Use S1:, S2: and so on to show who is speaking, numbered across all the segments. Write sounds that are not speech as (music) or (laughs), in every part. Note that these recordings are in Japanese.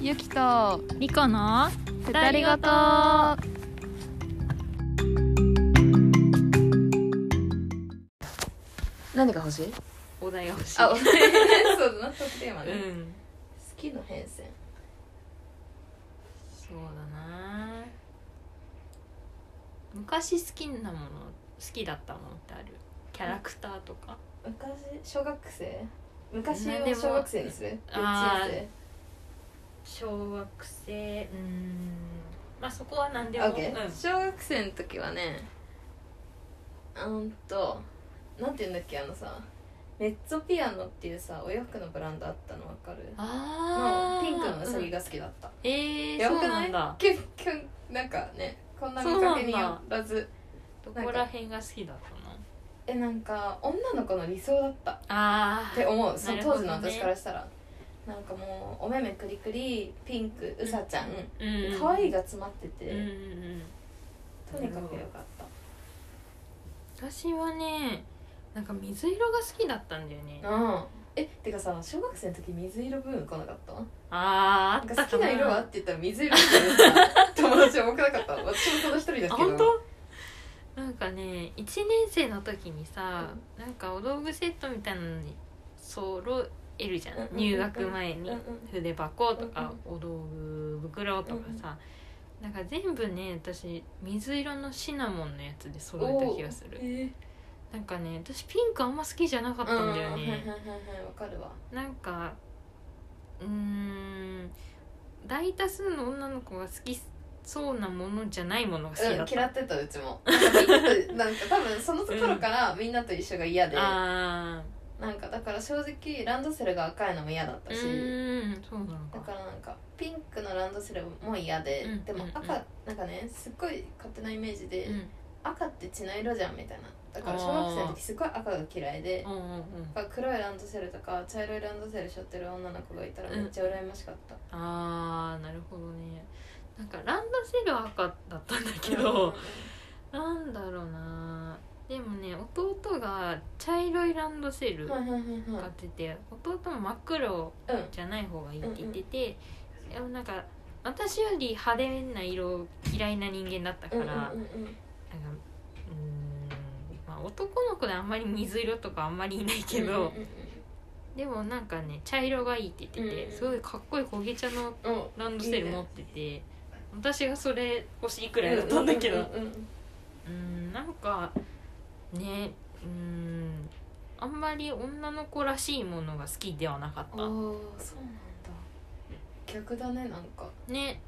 S1: ゆきと
S2: リコの
S1: 二人ごと
S3: 何が欲 (laughs) しい
S2: お題が欲しい
S3: あ、おそうだな、トークテーマ
S2: う
S3: ね、好
S2: ん
S3: きの変遷
S2: そうだな昔好きなもの好きだったものってあるキャラクターとか、
S3: 昔、小学生昔
S2: ね
S3: を
S2: でも
S3: 小学生にする幼
S2: あ
S3: 稚園
S2: 小学生うんまあそこは何で
S3: 生
S2: も、
S3: オ
S2: うん
S3: ッ、ケー小学生の時はねうんと、なんていうんだっけ、あのさメッツォピアノっていうさ、お洋服のブランドあったのわかる
S2: あ
S3: の
S2: ー
S3: ピンクのウサ
S2: う
S3: ギ
S2: ん
S3: が好きだった、
S2: えー、
S3: やば
S2: そう
S3: く
S2: な
S3: なんい
S2: だ
S3: 結局なんかね、こんな見かけによらず
S2: どこら辺が好きだった
S3: え、なんか女の子の理想だった
S2: のあ
S3: っ
S2: ー
S3: て思うそ
S2: な
S3: の
S2: るほ
S3: 当
S2: ど
S3: 時
S2: ね
S3: の私からしたらなんかもうお目目くりくりピンクうさちゃん
S2: うん
S3: 可愛い
S2: が
S3: が詰まってて、
S2: うんうんうん
S3: とにかくよかった
S2: 私はねなんか水色が好きだったんだよね
S3: うんえてかさ小学生の時水色ブーム来なかった
S2: あ
S3: な
S2: ー
S3: ん
S2: あっ
S3: か
S2: た
S3: 好
S2: か
S3: き
S2: な
S3: な色はって言ったら水色っていうさ友達は多くなかった私もただ一人だけ
S2: あ
S3: ど
S2: 本当なんかね1年生の時にさ、なんかお道具セットみたいなのに揃えるじゃん、
S3: うんうんうん
S2: 入学前に、
S3: うんうん
S2: 筆箱とか、お道具袋とかさ、なんか全部ね私水色のシナモンのやつで揃えた気がす
S3: お
S2: る
S3: ーえ
S2: なんかね私ピンクあんま好きじゃなか
S3: ー
S2: ったんだよ
S3: はいはいはい
S2: ね、
S3: はいわかるわ
S2: なんかうーん大多数の女の子が好きそうなものじゃないものが好きだった、
S3: うん嫌ってたうちもなんかみんなとなんか多分その頃からみんなと一緒が嫌で、
S2: ああ
S3: なんかだから正直ランドセルが赤いのも嫌だったし、
S2: うーんそうなの
S3: だ
S2: か
S3: からなんかピンクのランドセルも嫌で、
S2: うん
S3: でも赤、
S2: うん
S3: なんかねすっごい勝手なイメージで、
S2: うん
S3: 赤って血の色じゃんみたいなだから小学生の時すごい赤が嫌いで
S2: うんうんうん
S3: だから黒いランドセルとか茶色いランドセル背負ってる女の子がいたらめっちゃ羨ましかった、
S2: あーなるほどねなんかランドセル赤だったんだけ
S3: うん
S2: ど、なんだろうなでもね弟が茶色いランドセル
S3: はい
S2: 買
S3: はいはいは
S2: ってて弟も真っ黒
S3: いうん
S2: じゃない方がいいって言ってて、でもなんか私より派手な色嫌いな人間だったから、
S3: うんうんうん
S2: なんかうーんまあ男の子であんまり水色とかあんまりいないけど、
S3: うん
S2: でもなんかね茶色がいいって言ってて、
S3: うん
S2: すごいかっこいい焦げ茶の
S3: うんうんうん
S2: ランドセル持ってて私がそれ欲しいくらいだったんだけど
S3: う
S2: うん
S3: うんうん
S2: んなんかねうんあんまり女の子らしいものが好きではなかっ
S3: ああ
S2: た
S3: そうなんだ逆だねなんか
S2: ね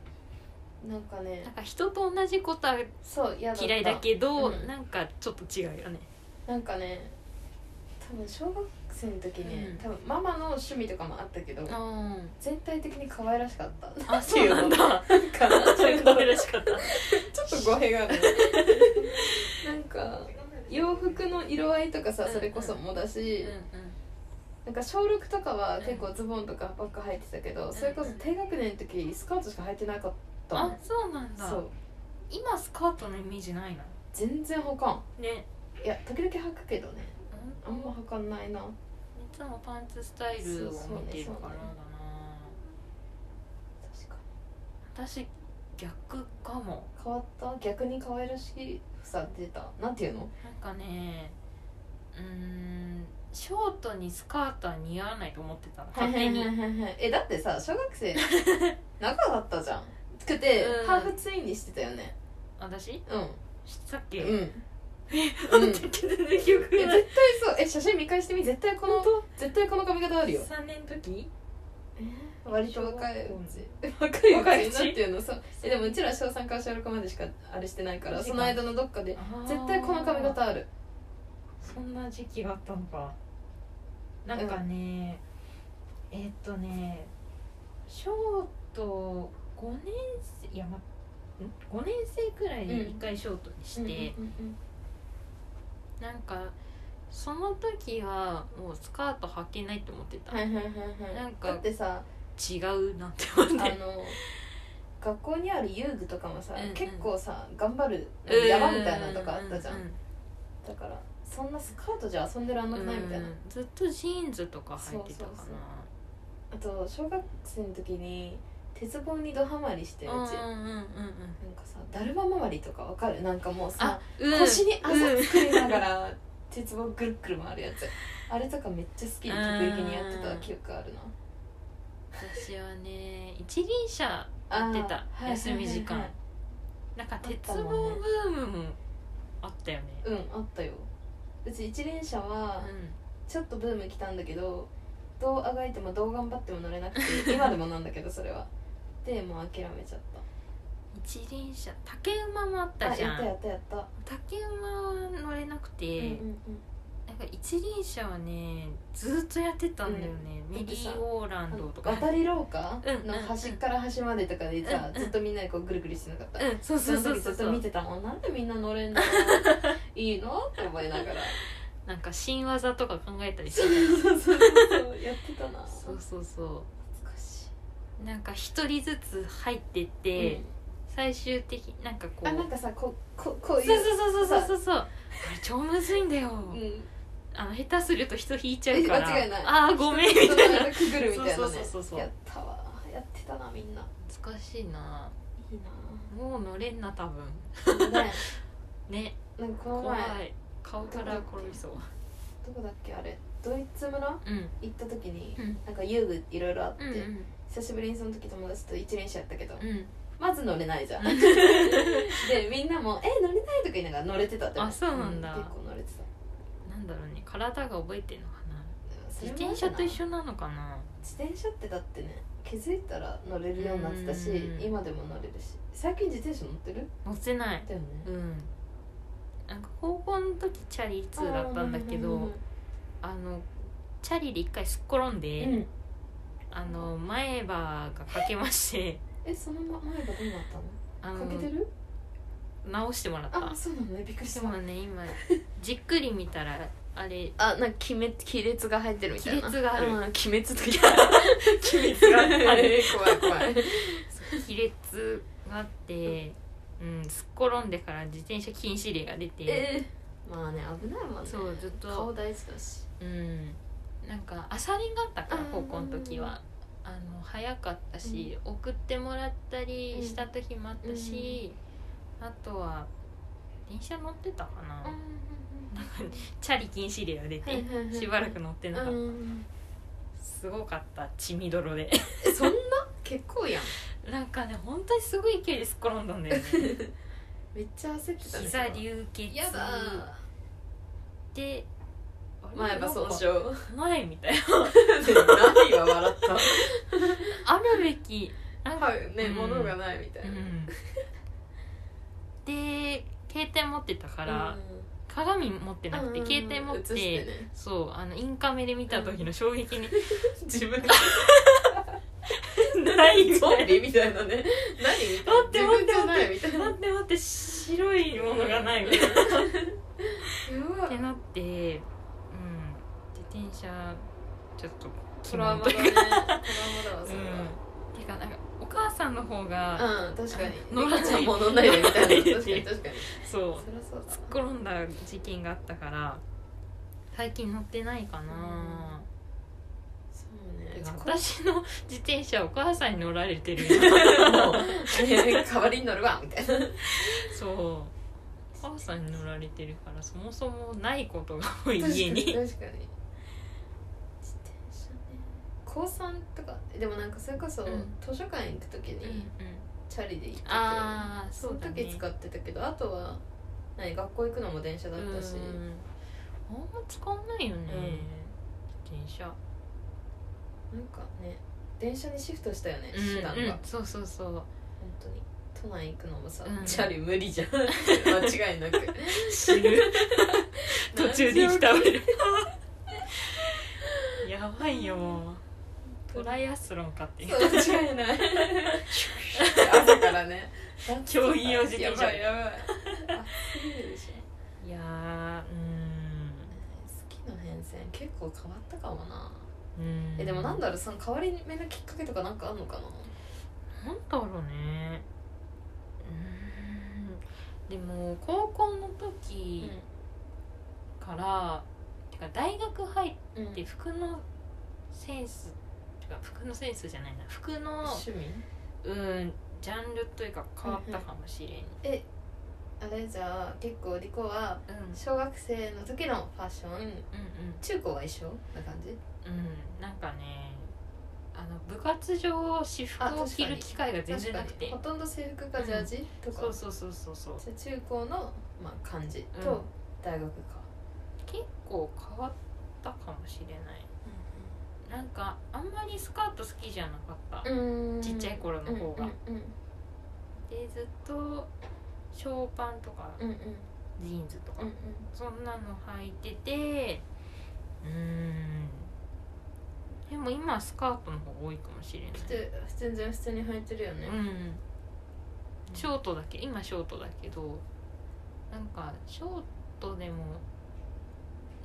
S3: なんかね
S2: なんか人と同じことは
S3: そう嫌だった
S2: 嫌いだけど、
S3: うん
S2: なんかちょっと違うよね
S3: なんかね多分小学生の時ね、
S2: うん
S3: 多分ママの趣味とかもあったけど
S2: うん
S3: 全体的に可愛らしかった
S2: あそうなんだ
S3: なんかな
S2: そ
S3: ち
S2: れ
S3: ょっ
S2: が
S3: と
S2: 嬉しかった
S3: ちょっと語弊があるなんか洋服の色合いとかさそれこそもだし、
S2: う
S3: なんか小6とかは結構ズボンとかバッグ履いてたけど、それこそ低学年の時スカートしか履いてなかっ
S2: ん
S3: た
S2: うん
S3: の
S2: あそうなんだ
S3: そう
S2: 今スカートのイメージないな
S3: 全然履かん
S2: ね
S3: いや時々履くけどねあ
S2: あん
S3: んま
S2: ま
S3: 履かんないない
S2: つもパンツスタイルを見てるからだな
S3: 確かに
S2: 私逆かも
S3: 変わった逆に可愛らしさ出たなんていうの
S2: なんかねうーんショートにスカートは似合わないと思ってたの勝手に
S3: えだってさ小学
S2: (laughs)
S3: 生仲だったじゃんくて、
S2: うん
S3: ハーフツインにしてたよね
S2: 私
S3: うん
S2: さっき、
S3: うん、え
S2: (laughs)
S3: うん
S2: 全然記憶
S3: 絶
S2: がない
S3: 対そうえ写真見返してみ絶対この絶対この髪型あるよ
S2: 3年の時
S3: 割と若い
S2: 小
S3: う
S2: 学校
S3: ち (laughs) 若い
S2: 若いうう
S3: ち
S2: ち
S3: になっていうのそうえでもうちら小3から小6までしかあれしてないからその間のどっかで絶対この髪型ある
S2: そんな時期があったのかなんかね、えーっとねショート5年生いや、ま、ん5年生くらいで1回ショートにして、
S3: うんうん
S2: なんかその時はもうスカート履けないと思ってた、
S3: うんはいはいはいはい
S2: なんか
S3: だってさ
S2: 違うなって思っ
S3: あ
S2: て
S3: の学校にある遊具とかもさ、
S2: うんうん
S3: 結構さ頑張る
S2: うん
S3: 山みたいなのとかあったじゃん
S2: うう
S3: だからそんなスカートじゃ遊んでらんなくないみたいな
S2: うんずっとジーンズとか履いてたかな
S3: そうそうそうあと小学生の時に鉄棒にドハマりしてるうち、
S2: うんうんうんうん
S3: なんかさだるま周りとかわかるなんかもうさ、
S2: うん
S3: 腰にあざ
S2: うん
S3: 作りながら、鉄棒ぐるっくる回るやつあれとかめっちゃ好きで得意気にやってた記憶あるな
S2: 私はね一輪車やってた
S3: あー
S2: 休み時間
S3: はい
S2: なんか
S3: たもんね
S2: 鉄棒ブームもあったよね
S3: はいはいはいうんあったようち一輪車はちょっとブーム来たんだけどどうあがいてもどう頑張っても乗れなくて今でもなんだけどそれは (laughs) でもう諦めちゃっ
S2: 一輪車竹馬もあったたじゃ
S3: あや
S2: ん
S3: ったやったやっ
S2: 竹馬は乗れなくて、
S3: た、うんうんうん
S2: なんか一輪車はねずっとやってたんだよね、
S3: うん
S2: メリーゴーランドとか
S3: 渡り廊下
S2: うん
S3: の端から端までとかでさ、
S2: うんうん
S3: ずっとみんなでこうぐるぐるしてなかった、
S2: うんそうそうそうそう
S3: その時ずっ
S2: そ
S3: と見
S2: う
S3: てたもんなんでみんな乗れんのいいのって思いな
S2: (laughs)
S3: がら
S2: なんか新技とか考えたりして
S3: そうそうそうそうやってたな
S2: そうそうそ
S3: 懐かし
S2: うなんか一人ずつ入ってっ
S3: い、
S2: て、最終的なんかこ
S3: うんあなん
S2: う
S3: かさこここういう
S2: そうそうそうそうそうそうあれ超むずいんだよ、
S3: うん
S2: あの下手すると人引いちゃうから
S3: 間違いない
S2: ああごめんみたいな
S3: くぐるみたいなね
S2: そうそうそうそう
S3: やったわやってたなみんな
S2: 懐かしいない
S3: い
S2: もう乗れんな多分
S3: なね
S2: ね
S3: なんかこの
S2: 怖
S3: 前
S2: い顔から転びそう
S3: どこだっけあれドイツ村行
S2: うん
S3: った時に
S2: うん
S3: なんか遊具いろいろあって、
S2: うんうん
S3: 久しぶりにその時友達と一輪車やったけど、
S2: うん
S3: まず乗れないじゃんでみんなも「え乗れない」とか言いながら乗れてたって
S2: あそうなんだ
S3: 結構乗れてた
S2: なんだろうね体が覚えてるのかな
S3: それ
S2: 自
S3: も
S2: 転車と一
S3: あるか
S2: 緒なのかな
S3: な自転車ってだってね気づいたら乗れるようになってたし
S2: うん
S3: 今でも乗れるし最近自転車乗ってる
S2: 乗ってない
S3: だよね
S2: うんなんか高校の時チャリ2だったんだけ
S3: う
S2: どあのチャリで一回すっ転んで、
S3: うん
S2: あの前歯が欠けまして
S3: えその前がどうなったの
S2: あの
S3: かけてる
S2: 直してもらった
S3: あそうなのねびっくりし
S2: で
S3: た
S2: もね今
S3: (laughs)
S2: じっくり見たらあれ
S3: あなんか亀滅亀裂が入ってるみたいな
S2: 亀裂がある
S3: うん、鬼滅とか (laughs) 鬼滅がある (laughs) 怖い怖い
S2: 亀裂があって、うん、すっ転んでから自転車禁止令が出て、
S3: えーまあね危ないもんね
S2: そうずっ
S3: 顔
S2: と
S3: 大事だし
S2: うんなんか朝練があったから
S3: うん
S2: 高校の時は。あの早かったし、送ってもらったりした時もあったし、あとは電車乗ってたかな、チャリ禁止令が出て、
S3: はいはいはい
S2: しばらく乗ってなかった、
S3: うん
S2: すごかった血みどろで
S3: えそんな結構やん
S2: なんかね本当にすごい勢いですっ転んだんだよね
S3: (laughs) めっちゃ焦ってたねそ
S2: 膝
S3: れは
S2: 流血
S3: やだ
S2: で
S3: 前歯損傷 (laughs)
S2: 前みたいな
S3: 何が笑っ
S2: あるべきなん
S3: た
S2: か、
S3: (laughs) はいね
S2: うん
S3: 物がないみたいうな、
S2: ん、で携帯持ってたか、
S3: から
S2: 鏡持ってなくて、携帯持っ
S3: 映
S2: て
S3: してね
S2: そうあのインカメで見た時の衝撃に、
S3: 自分
S2: ないみ
S3: ゾ
S2: たい
S3: ン
S2: な
S3: ビみたいなね何みたいな
S2: (laughs) 待って待って
S3: 自分じゃないみたいな
S2: 待って待って白いものがないみ (laughs) たいな
S3: やば
S2: ってなって、うん、自転車ちょっと
S3: トラウマだ
S2: う
S3: ねトラウマだわそれ
S2: ん、てかなんかお母さんの方が、
S3: はうん確かに
S2: 乗らない
S3: 猫ちゃんも乗んないでみたいな
S2: 乗ら
S3: 確
S2: な
S3: かに
S2: い
S3: 確かに
S2: そう
S3: そりゃそう
S2: 転
S3: だ
S2: んだ事件があったから最近乗ってないかな、
S3: そうね
S2: 私の自転車お母さんに乗られてるよもう
S3: 代わりに乗るわみたいな
S2: そうお母さんに乗られてるからそもそもないことが多い家に
S3: 確かに確かに自転車ね高三とかでもなんかそれこそ
S2: うん
S3: 図書館行く時
S2: うん
S3: にチャリで行ってて
S2: ああそ
S3: そうの
S2: だね
S3: 時使ってたけどあとは何学校行くのも電車だったし
S2: うんあんま使わないよね、
S3: うん
S2: 自転車
S3: なんかね電車にシフトしたよね、
S2: うん
S3: 手段が、
S2: うん
S3: 本
S2: そうそうそう
S3: 当に都内行くのもさ、
S2: うん
S3: チャリ無
S2: (laughs)
S3: 理じゃん間違いなく
S2: 死ぬ途中で行き倒れる (laughs) やばいよもうトライアスロンかっていう
S3: そう間違いない朝からね
S2: 教員用自転車
S3: やばいや
S2: (laughs)
S3: ばい暑すぎるでしょ
S2: いや
S3: 好きの変遷結構変わったかもな、
S2: ーうーん
S3: えでもなん
S2: だ
S3: だろうその変わり目のきっかけとかなんかあんのかな
S2: なんだろうねうーんでも高校の時から、てか大学入っ
S3: うん、
S2: て服のセンスてか服のセンスじゃないな服の
S3: 趣味
S2: うんジャンルというか変わったかもしれん、
S3: えあれじゃあ結構リコは
S2: うん、うん
S3: 小学生の時のファッション中高は一緒な感じ
S2: うんうんなんかねあの部活上私服を着る機会が全然なくて
S3: 確かにほとんど制服かジャージとか、
S2: そうそうそうそうそう
S3: じゃあ中高の、まあ、感じ
S2: うん
S3: と大学か、
S2: 結構変わったかもしれないなんかあんまりスカート好きじゃなかった、
S3: うん
S2: ちっちゃい頃の方が、
S3: うんうん
S2: でずっとショーパンとか
S3: うんうん
S2: ジーンズとか、
S3: うん
S2: そんなの履いててうーんでも今はスカートの方が多いかもしれない
S3: 普通全然普通に履いてるよね、
S2: うんショートだけ今ショートだけどなんかショートでも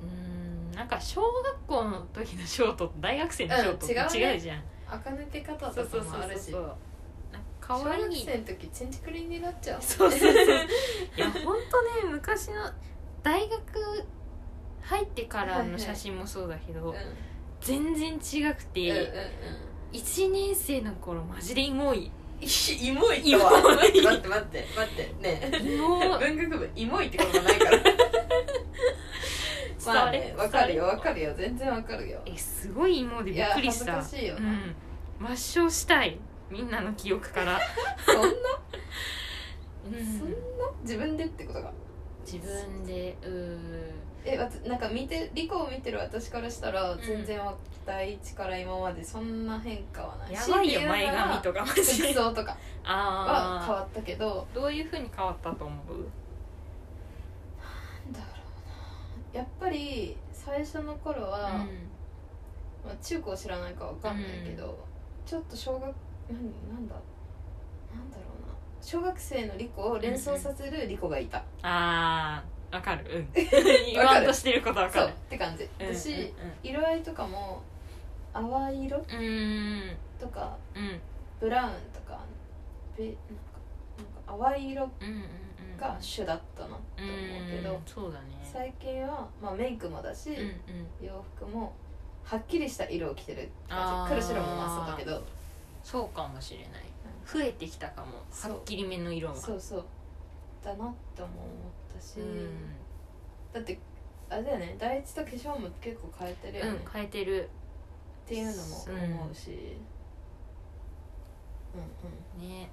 S2: うーんなんか小学校の時のショートと大学生のショートって
S3: うん違うね
S2: 違うじゃん、
S3: 垢抜け方
S2: そ
S3: と
S2: うそう
S3: か
S2: そう
S3: もあるし
S2: そうなんか可愛い
S3: 小学生の時チンチクリンになっちゃう
S2: そうそうそういや本当ね昔の大学入ってからの写真もそうだけど、
S3: うん
S2: 全然違く
S3: うんうんう
S2: て、
S3: ん
S2: 一1年生の頃マジでイモ
S3: (laughs)
S2: い
S3: い
S2: (laughs)
S3: イモいとは
S2: イモい
S3: 待って待って待ってねえ
S2: イモ
S3: (laughs) 文学部イモいってことない
S2: (laughs)
S3: からまあねわかるよわか
S2: る
S3: るよ全然わかるよ
S2: えすごいイモで
S3: い
S2: びっ
S3: や
S2: くり
S3: 恥
S2: し
S3: ず
S2: た
S3: かしいよ
S2: う
S3: な、
S2: ん抹消したいみんなの記憶から、
S3: そんな
S2: うん
S3: そんな自分でってことが
S2: 自分でうー
S3: えわたなんか見てリコを見てる私からしたら
S2: ん
S3: 全然わ、第一から今までそんな変化はない
S2: やばい
S3: 強
S2: よ
S3: いて言う
S2: 前
S3: なら
S2: 髪とかマジ
S3: 服
S2: で
S3: 装とかは変
S2: (laughs) あ
S3: わったけど
S2: あどういうふうに変わったと思う
S3: なんだろうなやっぱり最初の頃は、まあ、中高知らないかわかんないけど、ちょっと小学何なんだなんだろうな小学生のリコを連想させるリコがいた、
S2: ああわかるうん
S3: (laughs)
S2: 言わんとしてることわ
S3: そ
S2: か
S3: う
S2: る
S3: って感じ
S2: うん
S3: 私、
S2: うん
S3: 色合いとかも淡い色
S2: うんうーん
S3: とか
S2: うん
S3: ブラウンとかべなんかなんか淡い色
S2: うんうんうん
S3: が主だったなと思うけど、
S2: うんそうだね
S3: 最近は、まあ、メイクもだし、
S2: うんうん
S3: 洋服もはっきりした色を着てる
S2: あ
S3: 感
S2: ー
S3: じ黒白もまあそうだけど
S2: そうかもしれない増えてきたかも
S3: そう
S2: はっきりめの色が
S3: そうそうだなっても思ったし、
S2: うん
S3: だってあれだよね第一と化粧も結構変えてるよね、
S2: う
S3: っ
S2: ん変えてる
S3: ていうのも思うし、うん、うん
S2: ね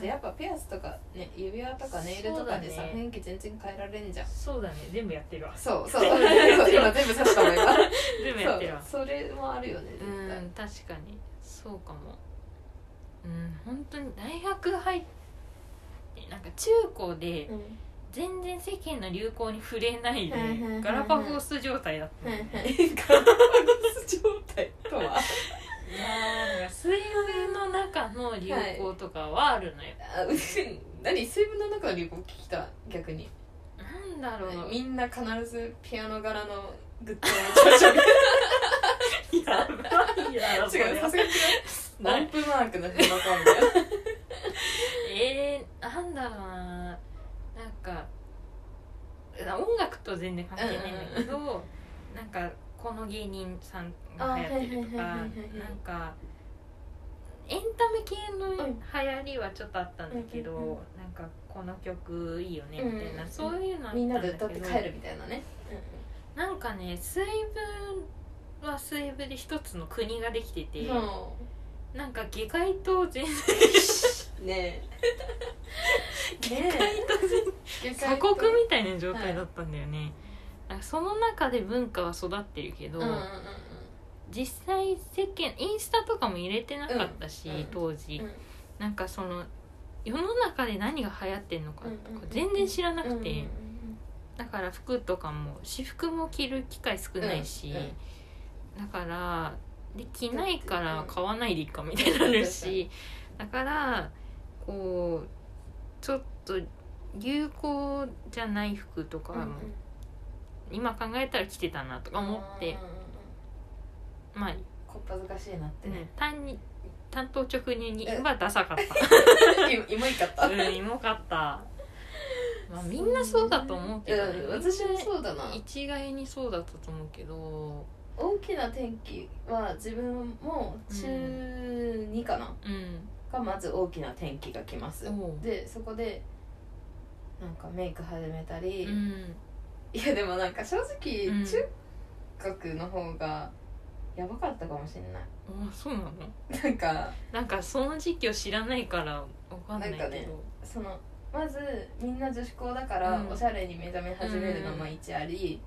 S3: でやっぱピアスとかね指輪とかネイルとかで
S2: そう
S3: さ、
S2: だね
S3: 雰囲気全然変えられんじゃん
S2: そうだね全部やってるわ
S3: そうそうそう今全部刺したもん今
S2: (laughs) 全部やってるわ
S3: そうそれもあるよ
S2: う
S3: ね絶対
S2: ん確かにそうかもうん本当に大学入ってなんか中高で
S3: うん
S2: 全然世間の流行に触れないで
S3: はいはいはいはい
S2: ガラパゴス状態だったの
S3: はい
S2: ね
S3: はいガラパゴス状態とは
S2: いやーなんか水泳の中の流行とかはあるのよ、
S3: あうん何水分の中の流行聞きた逆に
S2: なんだろう
S3: みんな必ずピアノ柄のグッズを持ちましょ
S2: やばいやろ
S3: う違うさすがに違う
S2: (laughs) な
S3: ラ
S2: い
S3: ンプマークの紐かみたいな
S2: えー、なんだろうななんか音楽と全然関係ないんだけど、なんかこの芸人さんが流行ってるとか
S3: あは
S2: ない
S3: はいはいはいはい
S2: ん
S3: はい
S2: かエンタメ系の
S3: うん
S2: 流行りはちょっとあったんだけど、
S3: うんうんうん
S2: なんかこの曲いいよねみたいな、
S3: うん
S2: そういうのあった
S3: みん
S2: んだ
S3: な
S2: け
S3: で
S2: ど
S3: 歌って帰るみたいなね
S2: なんかね水分は水分で一つの国ができてて、
S3: うん
S2: なんか下界と全然
S3: ねえねえ
S2: 鎖国みたいな状態だったんだよね、なんかその中で文化は育ってるけど、
S3: うんうんうん
S2: 実際世間インスタとかも入れてなかったし、
S3: うんうん
S2: 当時、
S3: うん
S2: なんかその世の中で何が流行ってんのかとか
S3: うんうんうん
S2: 全然知らなく
S3: う
S2: て、
S3: んうん
S2: だから服とかも私服も着る機会少ないし、だからで着ないから買わないでいいかみたいになるしだからこうちょっと流行じゃない服とか
S3: うんうん
S2: も今考えたら着てたなとか思って
S3: うんうんうんうん
S2: まあ、
S3: こっぱずかしいなってね
S2: ね、単に担当直入にはダサかっ
S3: いいもいかったた
S2: うんイモか
S3: (laughs)
S2: った、まあ、みんなそうだと思うけど、
S3: ん私もそうだな
S2: 一概にそうだったと思うけど
S3: 大きな転機は自分も中2かな
S2: うん
S3: がまず大きな転機が来ます
S2: おう
S3: でそこでなんかメイク始めたり、
S2: うん
S3: いやでもなんか正直、
S2: うん
S3: 中学の方がやばかったかもしれない
S2: あそうなの
S3: なんか
S2: なんかその時期を知らないからわかんないけど
S3: なんかねそのまずみんな女子校だか
S2: う
S3: ら
S2: ん
S3: おしゃれに目覚め始めるのも一あり、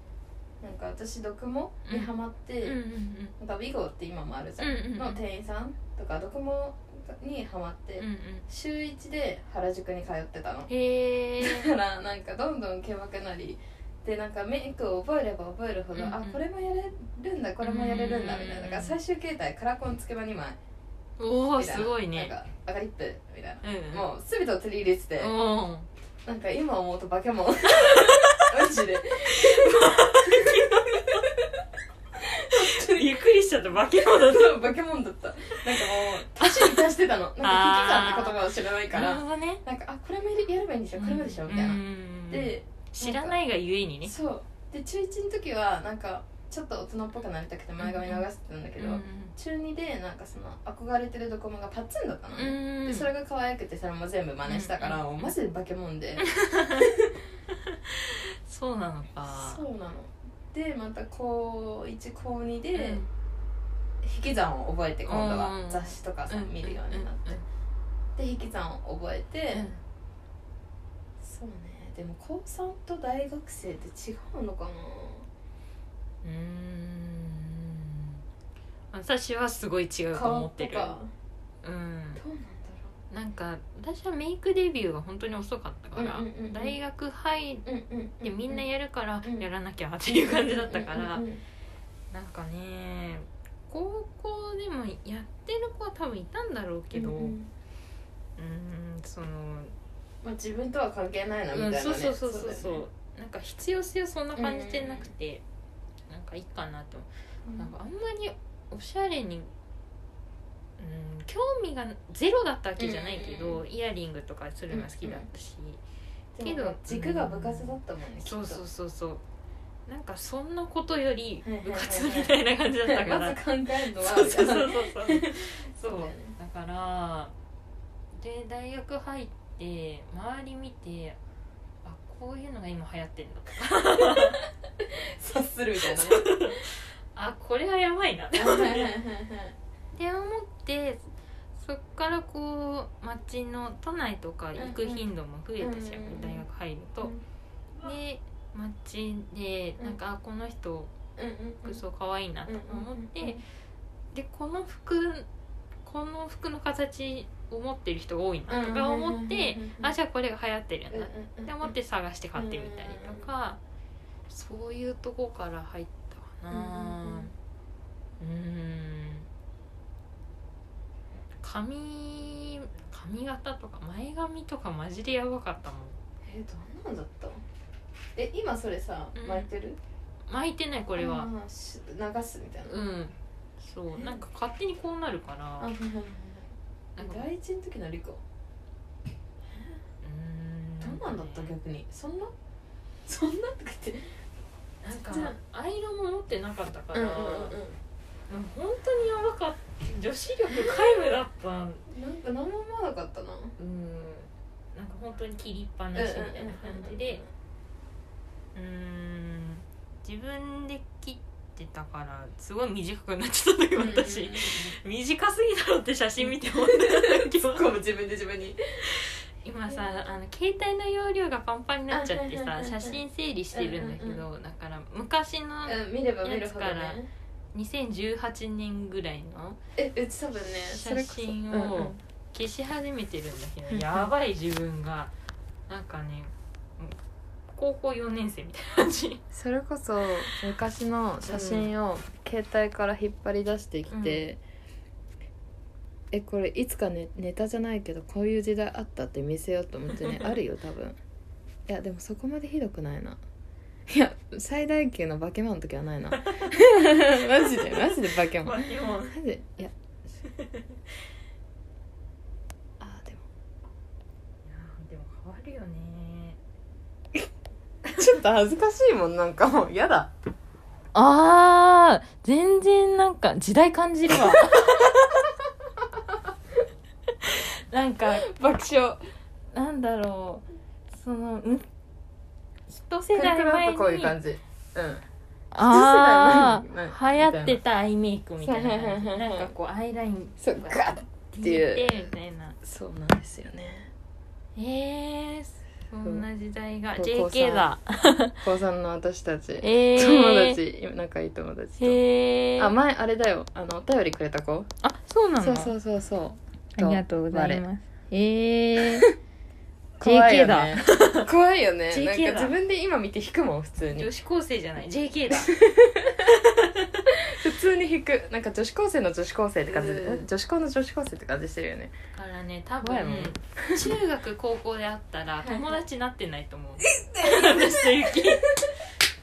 S3: なんか私ドクモにハマっ
S2: うんうん
S3: て、なんかウィゴって今もあるじゃん、
S2: うんうん
S3: の店員さんとかドクモにハマって、
S2: うんうん
S3: 週1で原宿に通ってたの (laughs)
S2: へえ
S3: だからなんかどんどんけばくなりでなんかメイクを覚えれば覚えるほど、
S2: うんうん
S3: あこれもやれるんだこれもやれるんだみたいなだから最終形態カラコンつけば2枚
S2: おお
S3: みたい
S2: す
S3: な
S2: ごいね
S3: なんか赤リップみたいな
S2: うん
S3: もう全てを取り入れてて、
S2: (laughs) うん
S3: なんか今思うと化
S2: (laughs)
S3: け物マジで
S2: ゆっくりしちゃった化け物だ
S3: 化け物だったなんかもう足しに足してたのなんか危機感って言葉を知らないから
S2: なるほどね
S3: なんかあこれもやればいいんでしょこれもでしょみたいな、
S2: うんうんうん
S3: で
S2: 知らないがゆえにね
S3: そうで中1の時はなんかちょっと大人っぽくなりたくて前髪流してたんだけど、
S2: うん
S3: 中2でなんかその憧れてるドコモがパッツンだったの
S2: う
S3: ね、
S2: ん
S3: でそれが可愛くてそれも全部真似したから、
S2: うん
S3: もうマジで化け物で
S2: そうなのか
S3: そうなのでまた高1高2で、
S2: うん
S3: 引き算を覚えて今度
S2: うん
S3: は雑誌とかさ、見るようになって、で引き算を覚えて、
S2: うん
S3: そうねでも高3と大学生って違うのかな
S2: うーん私はすごい違うと思
S3: 顔
S2: って
S3: と
S2: る
S3: か
S2: うん
S3: どうなんだ
S2: なんか私はメイクデビューが本当に遅かったから、
S3: うんうんうんうん
S2: 大学入っ
S3: ろううんうん
S2: てみんなやるから
S3: うん
S2: やらなきゃっていう感じだったから、
S3: うんうんうん
S2: なんかね高校でもやってる子は多分いたんだろうけどう
S3: うん
S2: ー
S3: うんん
S2: その、
S3: まあ、自分とは関係ないなみた
S2: う
S3: い
S2: ん、
S3: な、ね
S2: そうそうそうそうそう
S3: だよね
S2: なんか必要性はそんな感じてなくて、なんかいいかなと思って
S3: うん
S2: なんかあんまりおしゃれに、うん、興味がゼロだったわけじゃないけ
S3: うん
S2: ど、
S3: うんう
S2: イヤリングとかするのは好きだったし、
S3: でも
S2: けど
S3: 軸が部活だったもんね、きっ
S2: そ
S3: と
S2: うそうそうそうなんかそんなことより
S3: はいはいはい
S2: 部活みたいな感じだったか
S3: (laughs) ま
S2: ら
S3: ず考えるのは
S2: そうそうそうそうそう
S3: み
S2: そう
S3: そうだよね
S2: だからで大学入って周り見てあこういうのが今流行ってんだ
S3: たいな察するみたいなね
S2: あこれはやばいな
S3: (laughs) はいはいはいはい
S2: って思ってそっからこう町の都内とか行く頻度も増えたし、
S3: うんうん
S2: 大学入ると、で町でなんか、あこの人
S3: うんうんうん
S2: 服装かわいいなと思って、
S3: うんうんうん
S2: でこの服この服の形を持ってる人が多いなとか思って、
S3: うんうんうんうんうん
S2: あじゃあこれが流行ってるんだっ
S3: うんうん
S2: て思って探して買ってみたりとか、そういうとこから入ったかなうん髪髪型とか前髪とかマジでやばかったもん
S3: えどんなんだったえ今それさ
S2: うん
S3: 巻いてる
S2: 巻いてないこ
S3: こ
S2: れは
S3: 流すみたいな
S2: うんそうなんか勝手にこうなるから
S3: あ
S2: なんか
S3: 第一の時のリコ
S2: う
S3: どんなんだった
S2: け
S3: 逆にそんな (laughs) そんなとか言って
S2: なんかアイロンも持ってなかったから、
S3: な
S2: なんか本当にやばかった女子力皆無だったうん
S3: んか何も思わなかったな
S2: なんか本当に切りっぱなしみたいな感じでうん自分で切ってたからすごい短くなっちゃったんだけど私、短すぎだろって写真見て思ってたんだけど
S3: こう自分で自分に
S2: (laughs) 今さあの携帯の容量がパンパンになっちゃって
S3: あはいはい
S2: さ
S3: はいは
S2: 写
S3: い
S2: 真整理してるんだけ
S3: う
S2: どだから昔の
S3: うん見れば見るほど
S2: やつから
S3: ね
S2: 2018年ぐらいの
S3: えうち多分ねそれこそ
S2: 写真を
S3: うんうん
S2: 消し始めてるんだけ
S3: うんう
S2: ど
S3: ん
S2: やばい自分がなんかね高校4年生みたいな感じ
S3: それこそ昔の写真を携帯から引っ張り出してきて、えこれいつかねネタじゃないけどこういう時代あったって見せようと思って
S1: (laughs)
S3: ねあるよ多分いやでもそこまでひどくないないや最大級の化け物の時は
S1: (laughs)
S3: ないなマジでマジで化け
S2: (laughs) まあ
S3: 物マ
S2: でも
S3: ジで
S1: (laughs)
S3: いやあーでも
S2: いやでも変わるよね
S3: ちょっと恥ずかしいもんなんかもうやだ
S2: あー全然なんか時代感じるわなんか
S3: 爆笑
S2: なんだろうそのうん一世
S1: クラ
S2: 代
S1: クラ
S2: 前
S1: っ
S2: に
S1: とこういう感じうん
S2: あ
S1: 一世代前に
S2: あ流行ってたアイメイクみたいな
S3: そう
S2: 感
S3: はいはい
S2: じ
S3: はい
S2: な
S3: はい
S2: んかこうアイライン
S1: そう
S2: が
S1: ガッていう
S2: 引いてみたいな
S1: そうなんですよね
S2: えー、そんな時代が
S1: 高校生
S2: JK だ
S1: 高三の私たち、
S2: えー、
S1: 友達今仲いい友達と、
S2: へえ
S1: あ前あれだよあのお便りくれた子
S2: あそうなの
S1: そうそうそうそう
S2: ありがとうございます
S3: (laughs)
S2: えー、
S1: 怖い
S2: JK
S1: よ
S2: だ、
S1: ね怖いよね (laughs) な
S2: JK
S1: ん
S2: だ
S1: か自分で今見て引くもん普通に
S2: 女子高生じゃない JK
S3: (laughs)
S2: だ
S1: 普通に引くなんか女子高生の女子高生って感じで
S2: うん
S1: 女子高の女子高生って感じしてるよね
S2: からね多分
S1: 怖いもん
S2: 中学高校であったら
S3: い
S2: 友達になってないと思う (laughs) 私とゆき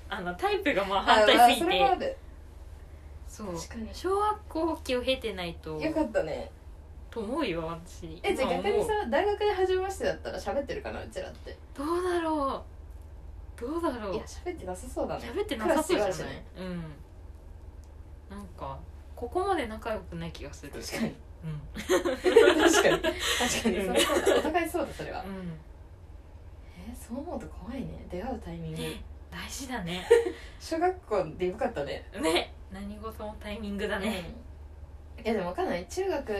S2: あのタイプがまあ反対すぎ
S3: あまあそれもあ
S2: て
S3: る
S2: そう
S3: 確かに
S2: 小学校期を経てないと
S3: よかったね
S2: と思うよ私
S3: えじゃあ
S2: 今
S3: 逆
S2: 思う
S3: にさ大学で初めましてだったら喋ってるかなうちらって
S2: どうだろうどうだろ
S3: いうや喋ってなさそうだね
S2: 喋ってなさそうじゃない
S3: クラス違うしね
S2: うんなんかここまで仲良くない気がする
S3: 確かに
S2: うん
S3: 確かに確かにそれ
S2: うん
S3: そうだお互いそうだそれは
S2: うん
S3: えそう思うと怖いね出会うタイミング
S2: ね大事だね
S3: 小学校でよかったね
S2: (laughs) ね何事もタイミングだね、
S3: うんいやでもわかんない中学
S2: う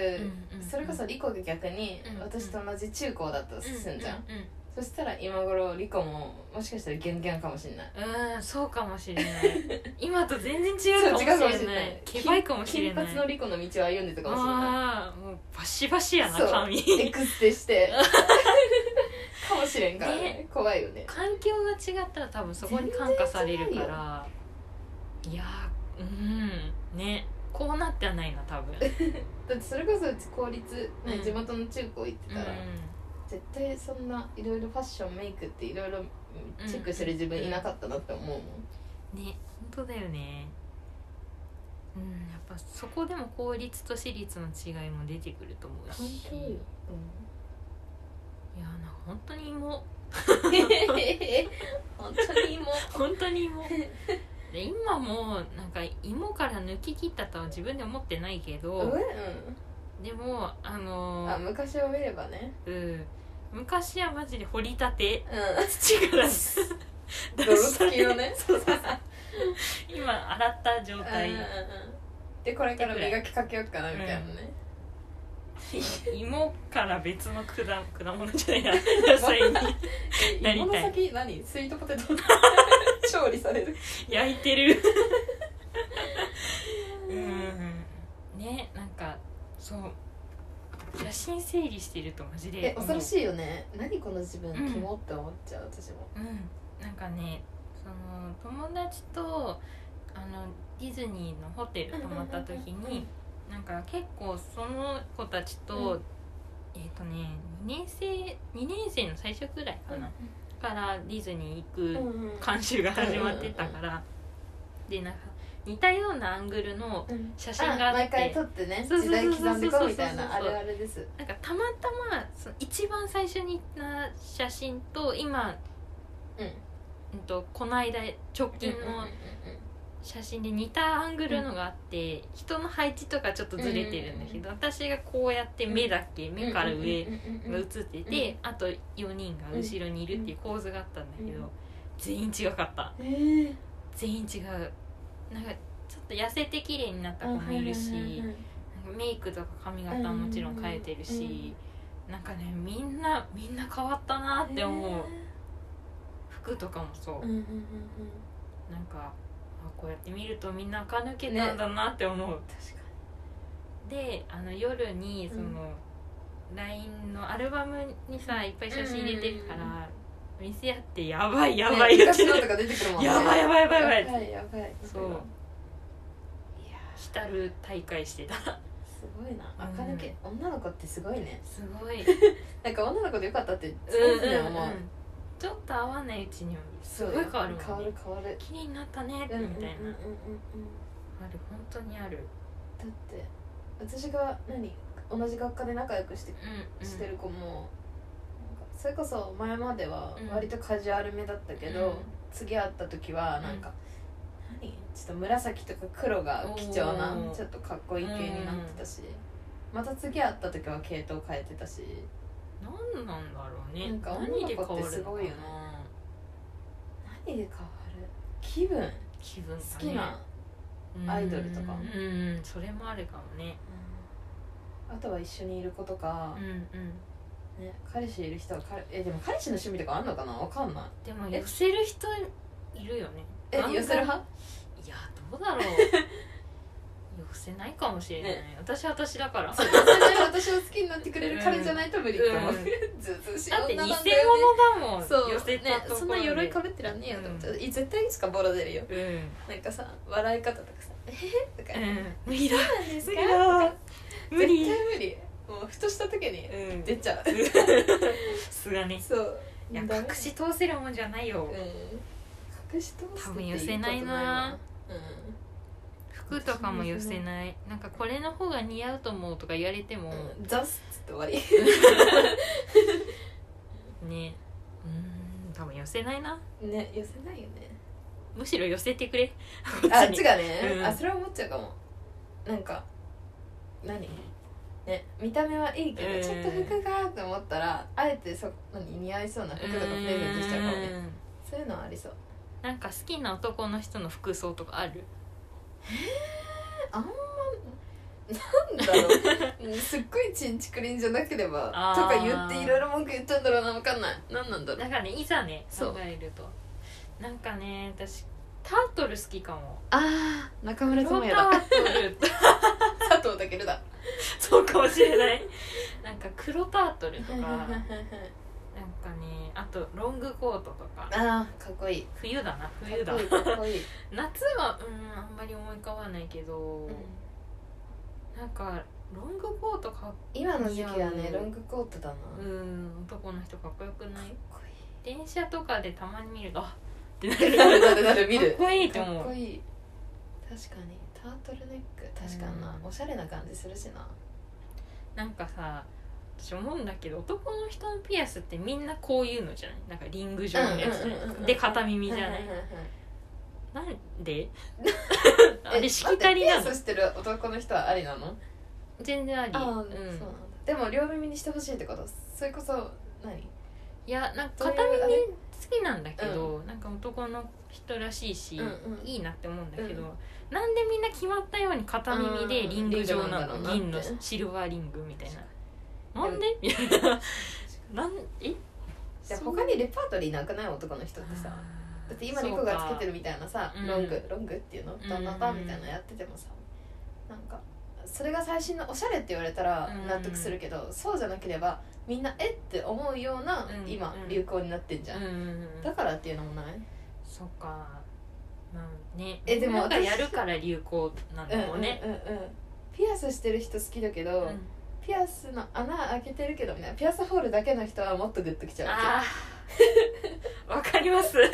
S2: ん
S3: それこそ理科が逆に
S2: うん
S3: 私と同じ中高だったら進んじゃん
S2: ううん
S3: そしたら今頃理科ももしかしたらギャンギャンかもしれない
S2: うん、うん、そうかもしれない今と全然違うかもしれないケバいかもしれない
S3: 金髪の理科の道を歩んでたかもしれない
S2: ああもうバシバシやな
S3: そう
S2: 髪
S3: エクステして
S2: (laughs)
S3: かもしれんからね
S2: ね
S3: 怖いよね
S2: 環境が違ったら多分そこに感化されるからいやーうんねこうなってはないな多分、
S3: だってそれこそうち公立、ね
S2: うん
S3: 地元の中高行って
S2: う
S3: たら、
S2: ん、
S3: 絶対そんないろいろファッションメイクっていろいろチェックしてる自分いなかったなって思うもん、
S2: ね本当だよねうんやっぱそこでも公立と私立の違いも出てくると思うし
S3: 関係よ
S2: いやなんか本当にもう
S3: (laughs) 本当にもう
S2: (laughs) 本当に
S3: (laughs)
S2: 芋で今もなんか芋から抜き切ったとは自分で思ってないけ
S3: うん
S2: ど、でもあの
S3: あ
S2: ー
S3: 昔を見ればね
S2: うん、昔はマジで掘りたて
S3: う
S2: 土から出
S3: ん泥付きの
S2: ね
S3: ね (laughs) そうそう
S2: 今洗った状態
S3: でこれから磨きかけようかなみたいなね、
S2: 芋から別の果果物じゃな
S3: (laughs)
S2: いな野菜になり
S3: 芋の
S2: たい
S3: 先何スイートポ (laughs) テト調理される
S2: 焼いてるうんねなんかそう写真整理してるとマジで
S3: え恐ろ
S2: い
S3: しいよね何この自分
S2: うん
S3: キモって思っちゃう私も
S2: うん、なんかねその友達とあのディズニーのホテル泊まった時
S3: うんうんうんうん
S2: になんか結構その子たちと、
S3: うん
S2: えっ、とね2年生2年生の最初くらいかな、からディズニー行く
S3: うんうん
S2: 監修が始まってたから、でなんか似たようなアングルの
S3: うん
S2: 写真があって
S3: 毎回撮ってね
S2: そうそ
S3: 時
S2: うそう
S3: 代
S2: そう
S3: 刻んでこうみたいなあ
S2: そうそうそうそう
S3: るあるです
S2: なんかたまたまその一番最初に行った写真と今、
S3: うん
S2: うん、とこの間直近の写真で似たアングルのがあって、人の配置とかちょっとずれてるんだけど、私がこうやって目だけ、目から上が映ってて、あと4人が後ろにいるっていう構図があったんだけど、
S3: うん
S2: 全員違かった
S3: えー
S2: 全員違うなんかちょっと痩せて綺麗になった子もいるし、なんかメイクとか髪型ももちろん変えてるし、なんかねみんなみんな変わったなって思う、服とかもそう、
S3: うんうんうんうん
S2: なんかあこうやって見るとみんな垢抜けたんだなって思う、
S3: 確か
S2: であの夜にその、LINE のアルバムにさいっぱい写真入れてるか
S3: うんうんうん
S2: ら、見せ合って「やばいや
S3: に
S2: ばい」言って
S3: 昔のとか出てくるもんね
S2: やばいやばいやばいやばい
S3: やばいやばい
S2: そう
S3: いや
S2: 浸る大会してた
S3: すごいな垢抜け女の子ってすごいね
S2: すご (laughs) い
S3: なんか女の子でよかったって
S2: うん
S3: 常々思う
S2: うんうんちょっと合わないうちにもす
S3: そう
S2: ごい変わるもん、ね、
S3: 変わる変わる
S2: 綺麗になったねみた
S3: う
S2: いな、
S3: んうんうんうんうんうん
S2: ある本当にある
S3: だって私が何同じ学科で仲良くして
S2: うん
S3: してる子も、なんかそれこそ前までは
S2: うん
S3: 割とカジュアルめだったけど、
S2: うん
S3: 次会った時はなんか、何ちょっと紫とか黒が貴重な
S2: おー
S3: ちょっとかっこいい系になってたし、また次会った時は系統変えてたし
S2: 何なんだろうね
S3: なんか
S2: 何で変
S3: 女の
S2: わ
S3: 子
S2: る
S3: っ
S2: の
S3: てす
S2: か
S3: ご
S2: ない
S3: よね何で変わる気分
S2: 気分が、ね、
S3: 好きな、アイドルとか
S2: うんうんうんそれもあるかもね
S3: あとは一緒にいる子とか
S2: うん、うん
S3: ね、彼氏いる人は彼えでも彼氏の趣味とかあんのかなわかんない
S2: でも
S3: え
S2: 寄せる人いるよね
S3: え
S2: ガンガン
S3: 寄せる派
S2: いやどうだ (laughs) ろう寄せないかもしれない、
S3: ね
S2: 私は私だからだっ
S3: 寄せない私を好きになってくれる彼じゃないと無理って思う、
S2: うん
S3: ずうずうしい
S2: て
S3: 女
S2: 偽
S3: なん
S2: 物
S3: だ
S2: だ
S3: よ
S2: もん
S3: ねそう
S2: 寄せ
S3: ね
S2: たところで、
S3: そんな鎧かぶってらんねえよと思って、い絶対いつかボロ出るよ
S2: うん、うん、
S3: なんかさ笑い方とかさ「えへ?」とか「そう
S2: 無理だ
S3: なんですか?」
S2: 無理
S3: と
S2: だ
S3: か
S2: 無理
S3: 絶対無理もうふとした時に
S2: うん
S3: 出ちゃう
S2: (laughs) すがね
S3: そう
S2: いや
S3: ダメ
S2: 隠し通せるもんじゃないよ、
S3: うん隠し通す
S2: 多分寄せないな服とかも寄せないなんかこれの方が似合うと思うとか言われても
S3: うん、うん、ザスっつって終わり
S2: ねうん多分寄せないな
S3: ね寄せないよね
S2: むしろ寄せてくれ
S3: あ
S2: こっち
S3: 違う
S2: に
S3: ね、
S2: うん
S3: あそれは思っちゃうかもなんか何ね見た目はいいけど、
S2: うん
S3: ちょっと服がーって思ったらあえてそ何似合いそうな服とかプレゼントしちゃうかもね
S2: うん
S3: そういうのはありそう
S2: なんか好きな男の人の服装とかある
S3: あんまなんだろ
S2: (laughs)
S3: ううんすっごいちんちくりんじゃなければ
S2: あ
S3: と
S2: ー
S3: か言っていろいろ文句言ったんだろうな分かんない何なんだろう
S2: だからねいざね
S3: そう
S2: 考えるとなんかね私タートル好きかも
S3: ああ中村
S2: 黒タ
S3: 智
S2: ー
S3: 也だ
S2: トル (laughs)
S3: (laughs) 佐藤健だ
S2: そうかもしれないなんか黒タートルとか
S3: はいはい
S2: な
S3: は
S2: ん
S3: いは
S2: か
S3: い
S2: ねあとロングコートとか
S3: ああかっこいい
S2: 冬だな
S3: か
S2: 冬だ
S3: っこいいかっこいい、
S2: 夏はうんあんまり思い浮かばないけど、なんかロングコートかっ
S3: 今の時期はね
S2: 似合う
S3: ロングコートだな、
S2: う
S3: かっ
S2: ん男の人かっこよくない
S3: こ
S2: 電車とかでたまに見るとあってない
S3: い
S2: る
S3: なるなるなる (laughs) 見
S2: かっ
S3: る
S2: こいいと
S3: かっ
S2: 思
S3: こ
S2: う
S3: いい確かにタートルネック確かにな、
S2: うん
S3: おしゃれな感じするしな
S2: なんかさ私思うんだけど男の人のピアスってみんなこういうのじゃないなんかリング状のやつ
S3: うんうんうんうん
S2: で片耳じゃない
S3: はははは
S2: なんで
S3: (laughs) え
S2: あれしきたりな
S3: 待ってピ
S2: の
S3: アスしてる男の人はありなの
S2: 全然あり
S3: ああ、
S2: う
S3: そうなん
S2: ん
S3: だでも両耳にしてほしいってことそれこそ何
S2: いやなんか
S3: そういう
S2: 片
S3: あ
S2: 耳
S3: れ
S2: 好きなんだけどなんか男の人らしいし
S3: うんうん
S2: いいなって思うんだけ
S3: う
S2: どなんでみんな決まったように片耳でリング状な
S3: うん
S2: の
S3: リ
S2: 銀
S3: ングなんだろうな
S2: の
S3: って
S2: シルバーリングみたいな
S3: か
S2: な
S3: に
S2: んでみたいななんえ
S3: じゃあ
S2: そう
S3: 他にレパートリーなくない男の人ってさだって今リコがつけて
S2: る
S3: るみたいなさ
S2: そうか
S3: ロングロングっていうの
S2: ん
S3: どんなパンみたいなのやっててもさなんかそれが最新のおしゃれって言われたら
S2: うん
S3: 納得するけどそうじゃなければみんなえって思うような
S2: うん
S3: 今
S2: うん
S3: 流行になってんじゃんだからっていうのもない
S2: そっかまあね
S3: え
S2: えで
S3: でも
S2: も
S3: 私
S2: がやるから流行な
S3: うん
S2: のもね
S3: うんうんうんピアスしてる人好きだけど、
S2: うん
S3: ピアスの穴開けてるけどみたいなピアスホールだけの人はもっとグッときちゃうわけ
S2: ああ (laughs) わかりますわ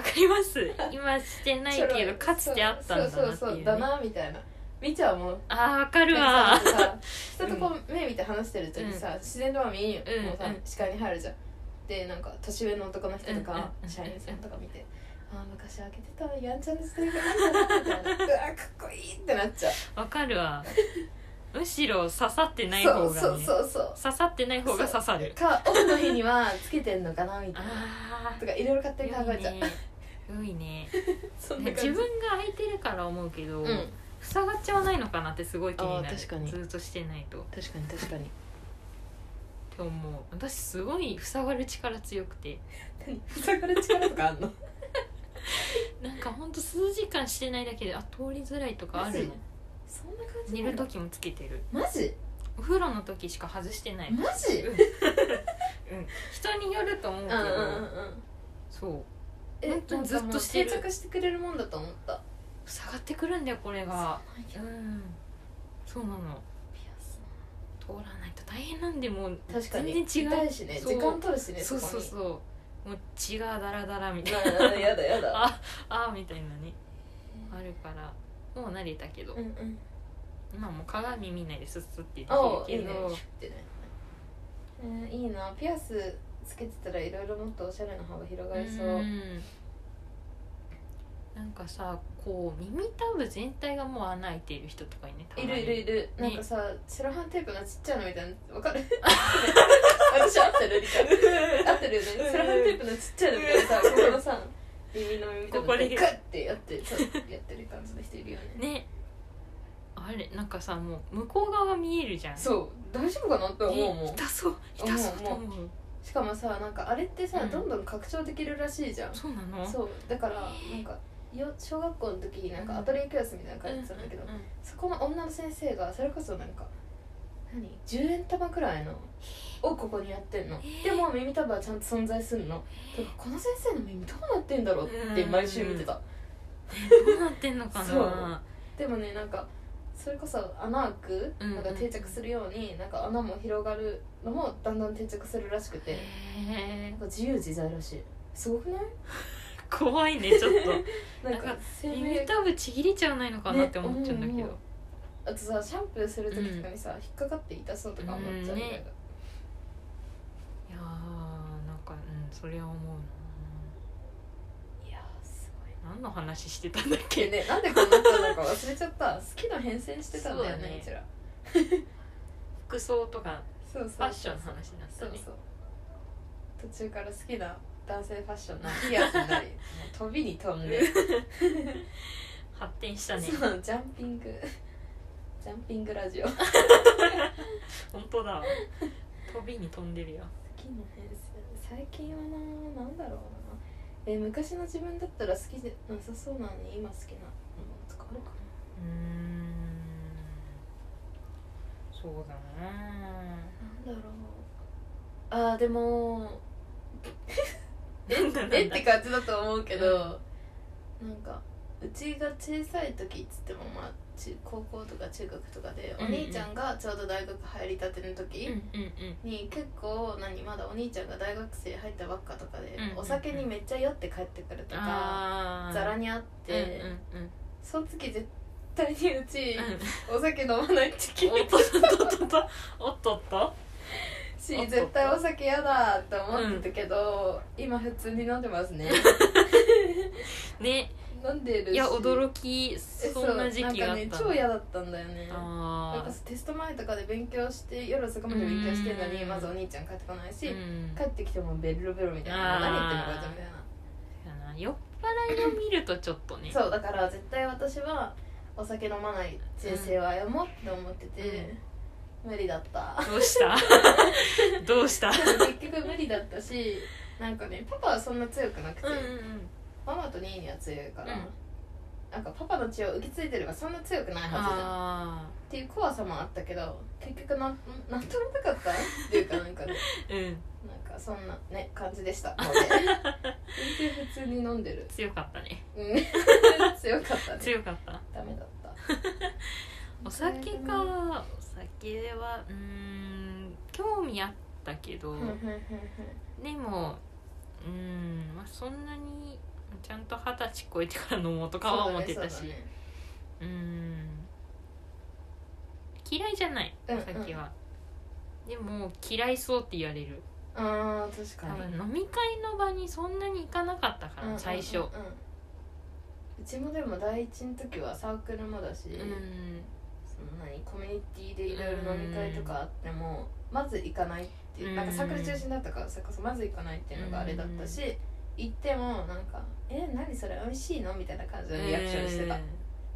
S2: かります今してないけどかつてあったんだなっていう,、ね、
S3: そうそうそうだなみたいな見ちゃうもん
S2: あーわかる
S3: なん
S2: わ
S3: かさ人とこう目見て話してる時さ、自然とは見えんよ、
S2: うん
S3: もうさ
S2: うん
S3: 視界に入るじゃんでなんか年上の男の人とか、
S2: うん
S3: 社員さんとか見て「ああ昔開けてたやんちゃな時代があったな」みたいな「うわかっこいい!」ってなっちゃう
S2: わかるわむしろ刺さってない
S3: そ
S2: 方が、
S3: う
S2: ね、
S3: そうそうそう
S2: 刺さってない方が刺さる
S3: かオフの日にはつけてんのかなみたいな
S2: あ
S3: とかいろいろ勝手に考
S2: あ
S3: えちゃう
S2: 良いね
S3: そんな感
S2: 自
S3: じ
S2: 分が空いてるから思うけど、
S3: うん
S2: 塞がっちゃわないのかなってすごい気にな
S3: あー
S2: る
S3: 確かに
S2: ずっとしてないとっ
S3: 確かに確かに
S2: て思う私すごい塞がる力強くて
S3: 何塞がる力とかあんの
S2: なんかほんと数時間してないだけであ通りづらいと (laughs) かあるの
S3: そんな感じ
S2: 寝
S3: な
S2: る
S3: の
S2: 時もつけてる
S3: マジ
S2: お風呂の時しか外してない、うん、
S3: マジ
S2: 人によると思うけど、
S3: うん
S2: そう
S3: え
S2: 本当にずっとしてる
S3: なんかもう定着してくれるもんだと思った
S2: 塞がってくるんだよこれがうんそうなの
S3: ピアス
S2: 通らないと大変なんでもう
S3: 確かに
S2: 全然違
S3: 痛
S2: う
S3: いしね
S2: そう
S3: 時間取るしね
S2: そうそう
S3: そ
S2: そうもう血がダラダラみたい
S3: こにうんうんやだや
S2: な
S3: だ
S2: ああみたいなねあるからもう慣れたけど、
S3: うんうん
S2: 今もう鏡見ないでスッスッってでき
S3: おういい
S2: る
S3: ね
S2: け
S3: シ
S2: ど
S3: ュッてねえーいいなピアスつけてたらいろいろもっとおしゃれな幅広がりそううん
S2: なんかさこう耳たぶ全体がもう穴開いている人とかいねたま
S3: い
S2: に
S3: るいるいる、
S2: ね
S3: なんかさセロハンテープのちっちゃいのみたいなわ
S2: (laughs)
S3: かる私合ってる理解合ってるよねセロハンテープのちっちゃいのみたいなさここのさ耳の耳と
S2: ここ
S3: か
S2: に
S3: でガッてやってさやってる感じの人いるよね
S2: ねあれなんかさもう向こう側が見えるじゃん
S3: そう大丈夫かなって
S2: う
S3: 思うもん
S2: 痛そう痛そうと思う
S3: しかもさなんかあれってさ、
S2: うん
S3: どんどん拡張できるらしいじゃん
S2: そうなの
S3: そうだからなんかよ小学校の時になんかアトリエ教室みたいなの
S2: う
S3: や
S2: ん
S3: ってたんだけど、
S2: うん
S3: そこの女の先生がそれこそなんか何10円玉くらいのをここにやってんのでも耳たぶはちゃんと存在すんのだからこの先生の耳どうなってんだろうって毎週見てた
S2: どうなってんのか
S3: そう
S2: な
S3: でもねなんかそれこそ穴開く
S2: うん
S3: なんか定着するようになんか穴も広がるのもだんだん定着するらしくて
S2: へ
S3: なんか自由自在らしいすごくない
S2: ー怖いねちょっ
S3: (laughs) なん
S2: な
S3: か
S2: んか
S3: 生
S2: と
S3: 命
S2: 耳たぶちぎれちゃわないのかなって思っちゃうんだけ
S3: ね
S2: ど
S3: 思うあとさシャンプーする時とかにさ、引っかかって痛そうとか思っちゃうみたいな、
S2: うんねいやーなんかうんそれは思う
S3: いやーすごい
S2: な何の話してたんだっ
S3: け
S2: け
S3: ねなんでこんなったのか忘れちゃった好きな変遷してたんだよ
S2: そ
S3: ね
S2: うだね
S3: うちら
S2: 服装とか
S3: そうそう
S2: ファッションの話になっ
S3: そ
S2: た
S3: う
S2: ね
S3: そう途中から好きな男性ファッションのピアスになりもう飛びに飛んで、
S2: 発展したね
S3: そうジャンピングジャンピングラジオ好
S2: 本当だわ飛びに飛んでるよ
S3: きな変遷最近はななんだろうなえ昔の自分だったら好きでなさそうなのに今好きなものとかあるか
S2: うーんそうだな
S3: ななんだろうあーでも
S2: なんだなんだ
S3: えって感じだと思うけど、なんかうちが小さい時っつってもまあ中高校とか中学とかで、
S2: うんうん
S3: お兄ちゃんがちょうど大学入りたての
S2: うんう
S3: 時
S2: んうん
S3: に結構何まだお兄ちゃんが大学生入ったばっかとかで、
S2: うんうんうん
S3: お酒にめっちゃ酔って帰ってくるとか
S2: あー
S3: ざらにあって、
S2: うんうんうん
S3: その時絶対にうち、
S2: う
S3: お酒飲まないって決
S2: んお
S3: め
S2: ってとっとっとっとおっとっと
S3: し
S2: おっと
S3: 絶対お酒嫌だって思ってたけど、今普通に飲んでますね
S2: ね
S3: 飲んでるし
S2: いや驚き
S3: え
S2: そんな時期があった
S3: なんかね超嫌だったんだよねなん
S2: あ
S3: か
S2: あ
S3: テスト前とかで勉強して夜遅くまで勉強してるのに
S2: うん
S3: まずお兄ちゃん帰ってこないし、
S2: うん
S3: 帰ってきてもベロベロみたいな
S2: あー
S3: 何言ってんのこいつみたいな
S2: だな酔っ払いを見るとちょっとね
S3: そうだから絶対私はお酒飲まない人生は歩もうって思ってて、無理だった
S2: どうした (laughs) どう
S3: (laughs)
S2: した
S3: でも結局無理だったしなんかねパパはそんな強くなくて、
S2: ん
S3: ママとニーニーは強いから、
S2: うん
S3: なんかパパの血を受け継いでればそんな強くないはずじゃん
S2: あ
S3: っていう怖さもあったけど結局なんなんともなかったっていうかな
S2: (laughs)
S3: んかね
S2: あうん
S3: なんかそんなね感じでしたので全然普通に飲んでる
S2: 強かったね (laughs)
S3: うん強かったね
S2: 強かった
S3: ダメだった
S2: お酒かお酒はうーん興味あったけど、
S3: うんうんうんうん
S2: でもうーん、まあ、そんなにちゃんと二十歳超えてから飲もうとかは思ってたし,、
S3: そううだね
S2: ーん嫌いじゃない
S3: うんうん
S2: お酒は、でも嫌いそうって言われる
S3: そうだねあー
S2: 多
S3: 確か
S2: 分
S3: に
S2: 飲み会の場にそんなに行かなかったか
S3: うんうんうんう
S2: ら
S3: ん
S2: 最初
S3: うちもでも第一の時はサークルもだし、
S2: うん、
S3: その何コミュニティでいろいろ飲み会とかあっても、まず行かないっていう、
S2: うん
S3: なんか桜中心だったからそれこそまず行かないっていうのがあれだったし、行ってもなんか「え何それ美味しいの?」みたいな感じのリアクションしてた、
S2: うん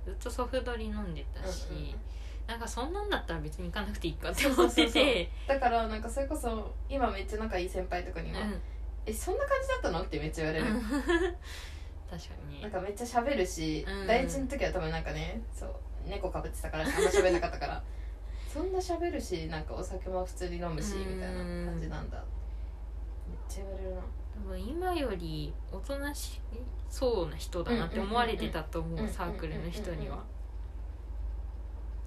S2: ずっとソフトリ飲んでたし、
S3: うんうんうん
S2: なんかそんなんだったら別に行かなくていいかって
S3: そうそ
S2: 思
S3: う
S2: っ
S3: そう
S2: て
S3: そう
S2: て
S3: だからなんかそれこそ今めっちゃ仲いい先輩とかに
S2: う
S3: は「
S2: ん
S3: えそんな感じだったの?」ってめっちゃ言われる、
S2: 確かに
S3: なん
S2: ね
S3: かめっちゃ喋るし、
S2: うん
S3: 第一の時は多分なんかねそう猫かぶってたからあんま喋んなかったから
S2: (laughs)
S3: そんな喋るしなんかお酒も普通に飲むし、みたいな感じなんだめっちゃ言われるな
S2: (laughs) 多分今よりおとなしそうな人だなって思われてたと思
S3: うんう
S2: う
S3: んうん
S2: サークルの人に
S3: うんうんうん
S2: は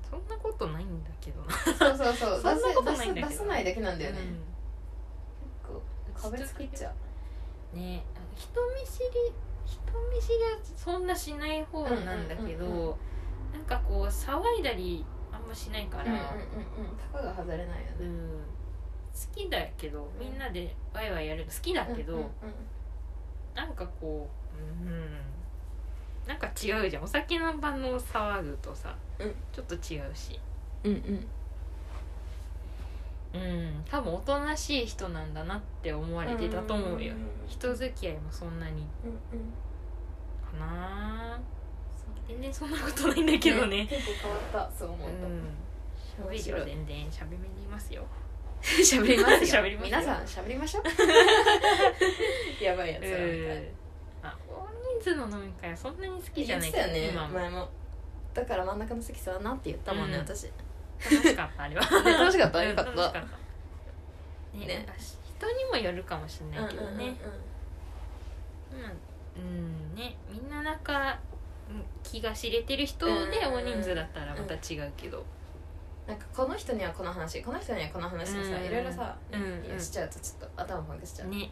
S2: そんなことないんだけどな
S3: そうそうそう
S2: そんなことないんだけど
S3: 出せ出せないだけなんだよね、
S2: う
S3: こ
S2: ん
S3: う壁作っちゃう
S2: ね人見知り人見知りはそんなしない方なんだけど、
S3: うんうんうん
S2: なんかこう騒いだりあんましないか
S3: うんうん
S2: ら、
S3: うんうんたかが外れないよ
S2: うん
S3: ね
S2: 好きだけどみんなでワイワイやるの好きだけど、
S3: うんうんうん
S2: なんかこううんなんか違うじゃんお酒の場の騒ぐとさ、
S3: うん
S2: ちょっと違うし
S1: うんうん
S2: うん多分おとなしい人なんだなって思われてたと思うよ人付き合いもそんなに
S3: うんうん
S2: かな
S3: そう
S2: 全然そんなことないんだけどね
S3: 結構変わったそう思っ
S2: うん
S3: た
S2: 喋るよ全然喋ります (laughs) よ
S3: 喋りますよ
S2: 喋りますよ
S3: 皆さん喋りましょ
S2: (laughs)
S3: うやばいやつらみたい
S2: あ大人数の飲み会はそんなに好きじゃ
S3: 言っ
S2: ないけ
S3: てた
S2: ど
S3: よね
S2: 今も
S3: 前もだから真ん中の席座んなって言ったもんね
S2: うん
S3: 私
S2: 楽しかったあれは
S3: (laughs) ね楽しかった
S2: うん
S3: よかった
S2: 楽しかったね
S3: ね
S2: なんか人にもよるかもしれないけどねまあうんねみんななんかうん気が知れてる人で
S3: うん
S2: 大人数だったらまた違うけど
S3: なんかこの人にはこの話この人にはこの話でさ
S2: うん
S3: いろいろさ
S2: うん
S3: いやしちゃうとちょっと頭ほぐしちゃう
S2: ね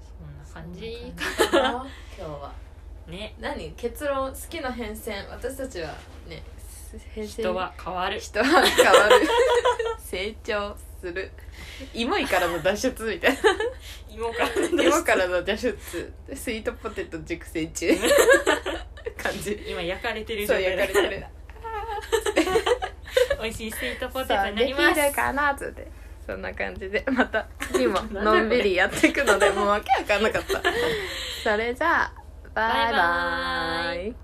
S2: そんな感じ
S3: そん (laughs) な感じかな今日は
S2: ね
S3: 何結論好きの変遷私たちはね変遷
S2: 人は変わる
S3: (laughs) 人は変わる成長す
S2: (laughs)
S3: る
S1: イモイからの脱出みたいな
S2: 芋から
S1: イモからの脱出スイートポテト熟成
S2: (laughs)
S1: 中感じ
S2: 今焼かれてる状
S1: そう
S2: 態
S1: 焼かれてる
S2: (laughs) 美味しいスイートポテ
S1: さ
S2: ト
S1: あ
S2: にな
S1: で
S2: り
S1: き
S2: ます
S1: るかなっつってそんな感じでまた次 (laughs) ものんびりやってい (laughs) くのでもうわけわかんなかったそれじゃあバイバ
S2: バイバ
S1: イ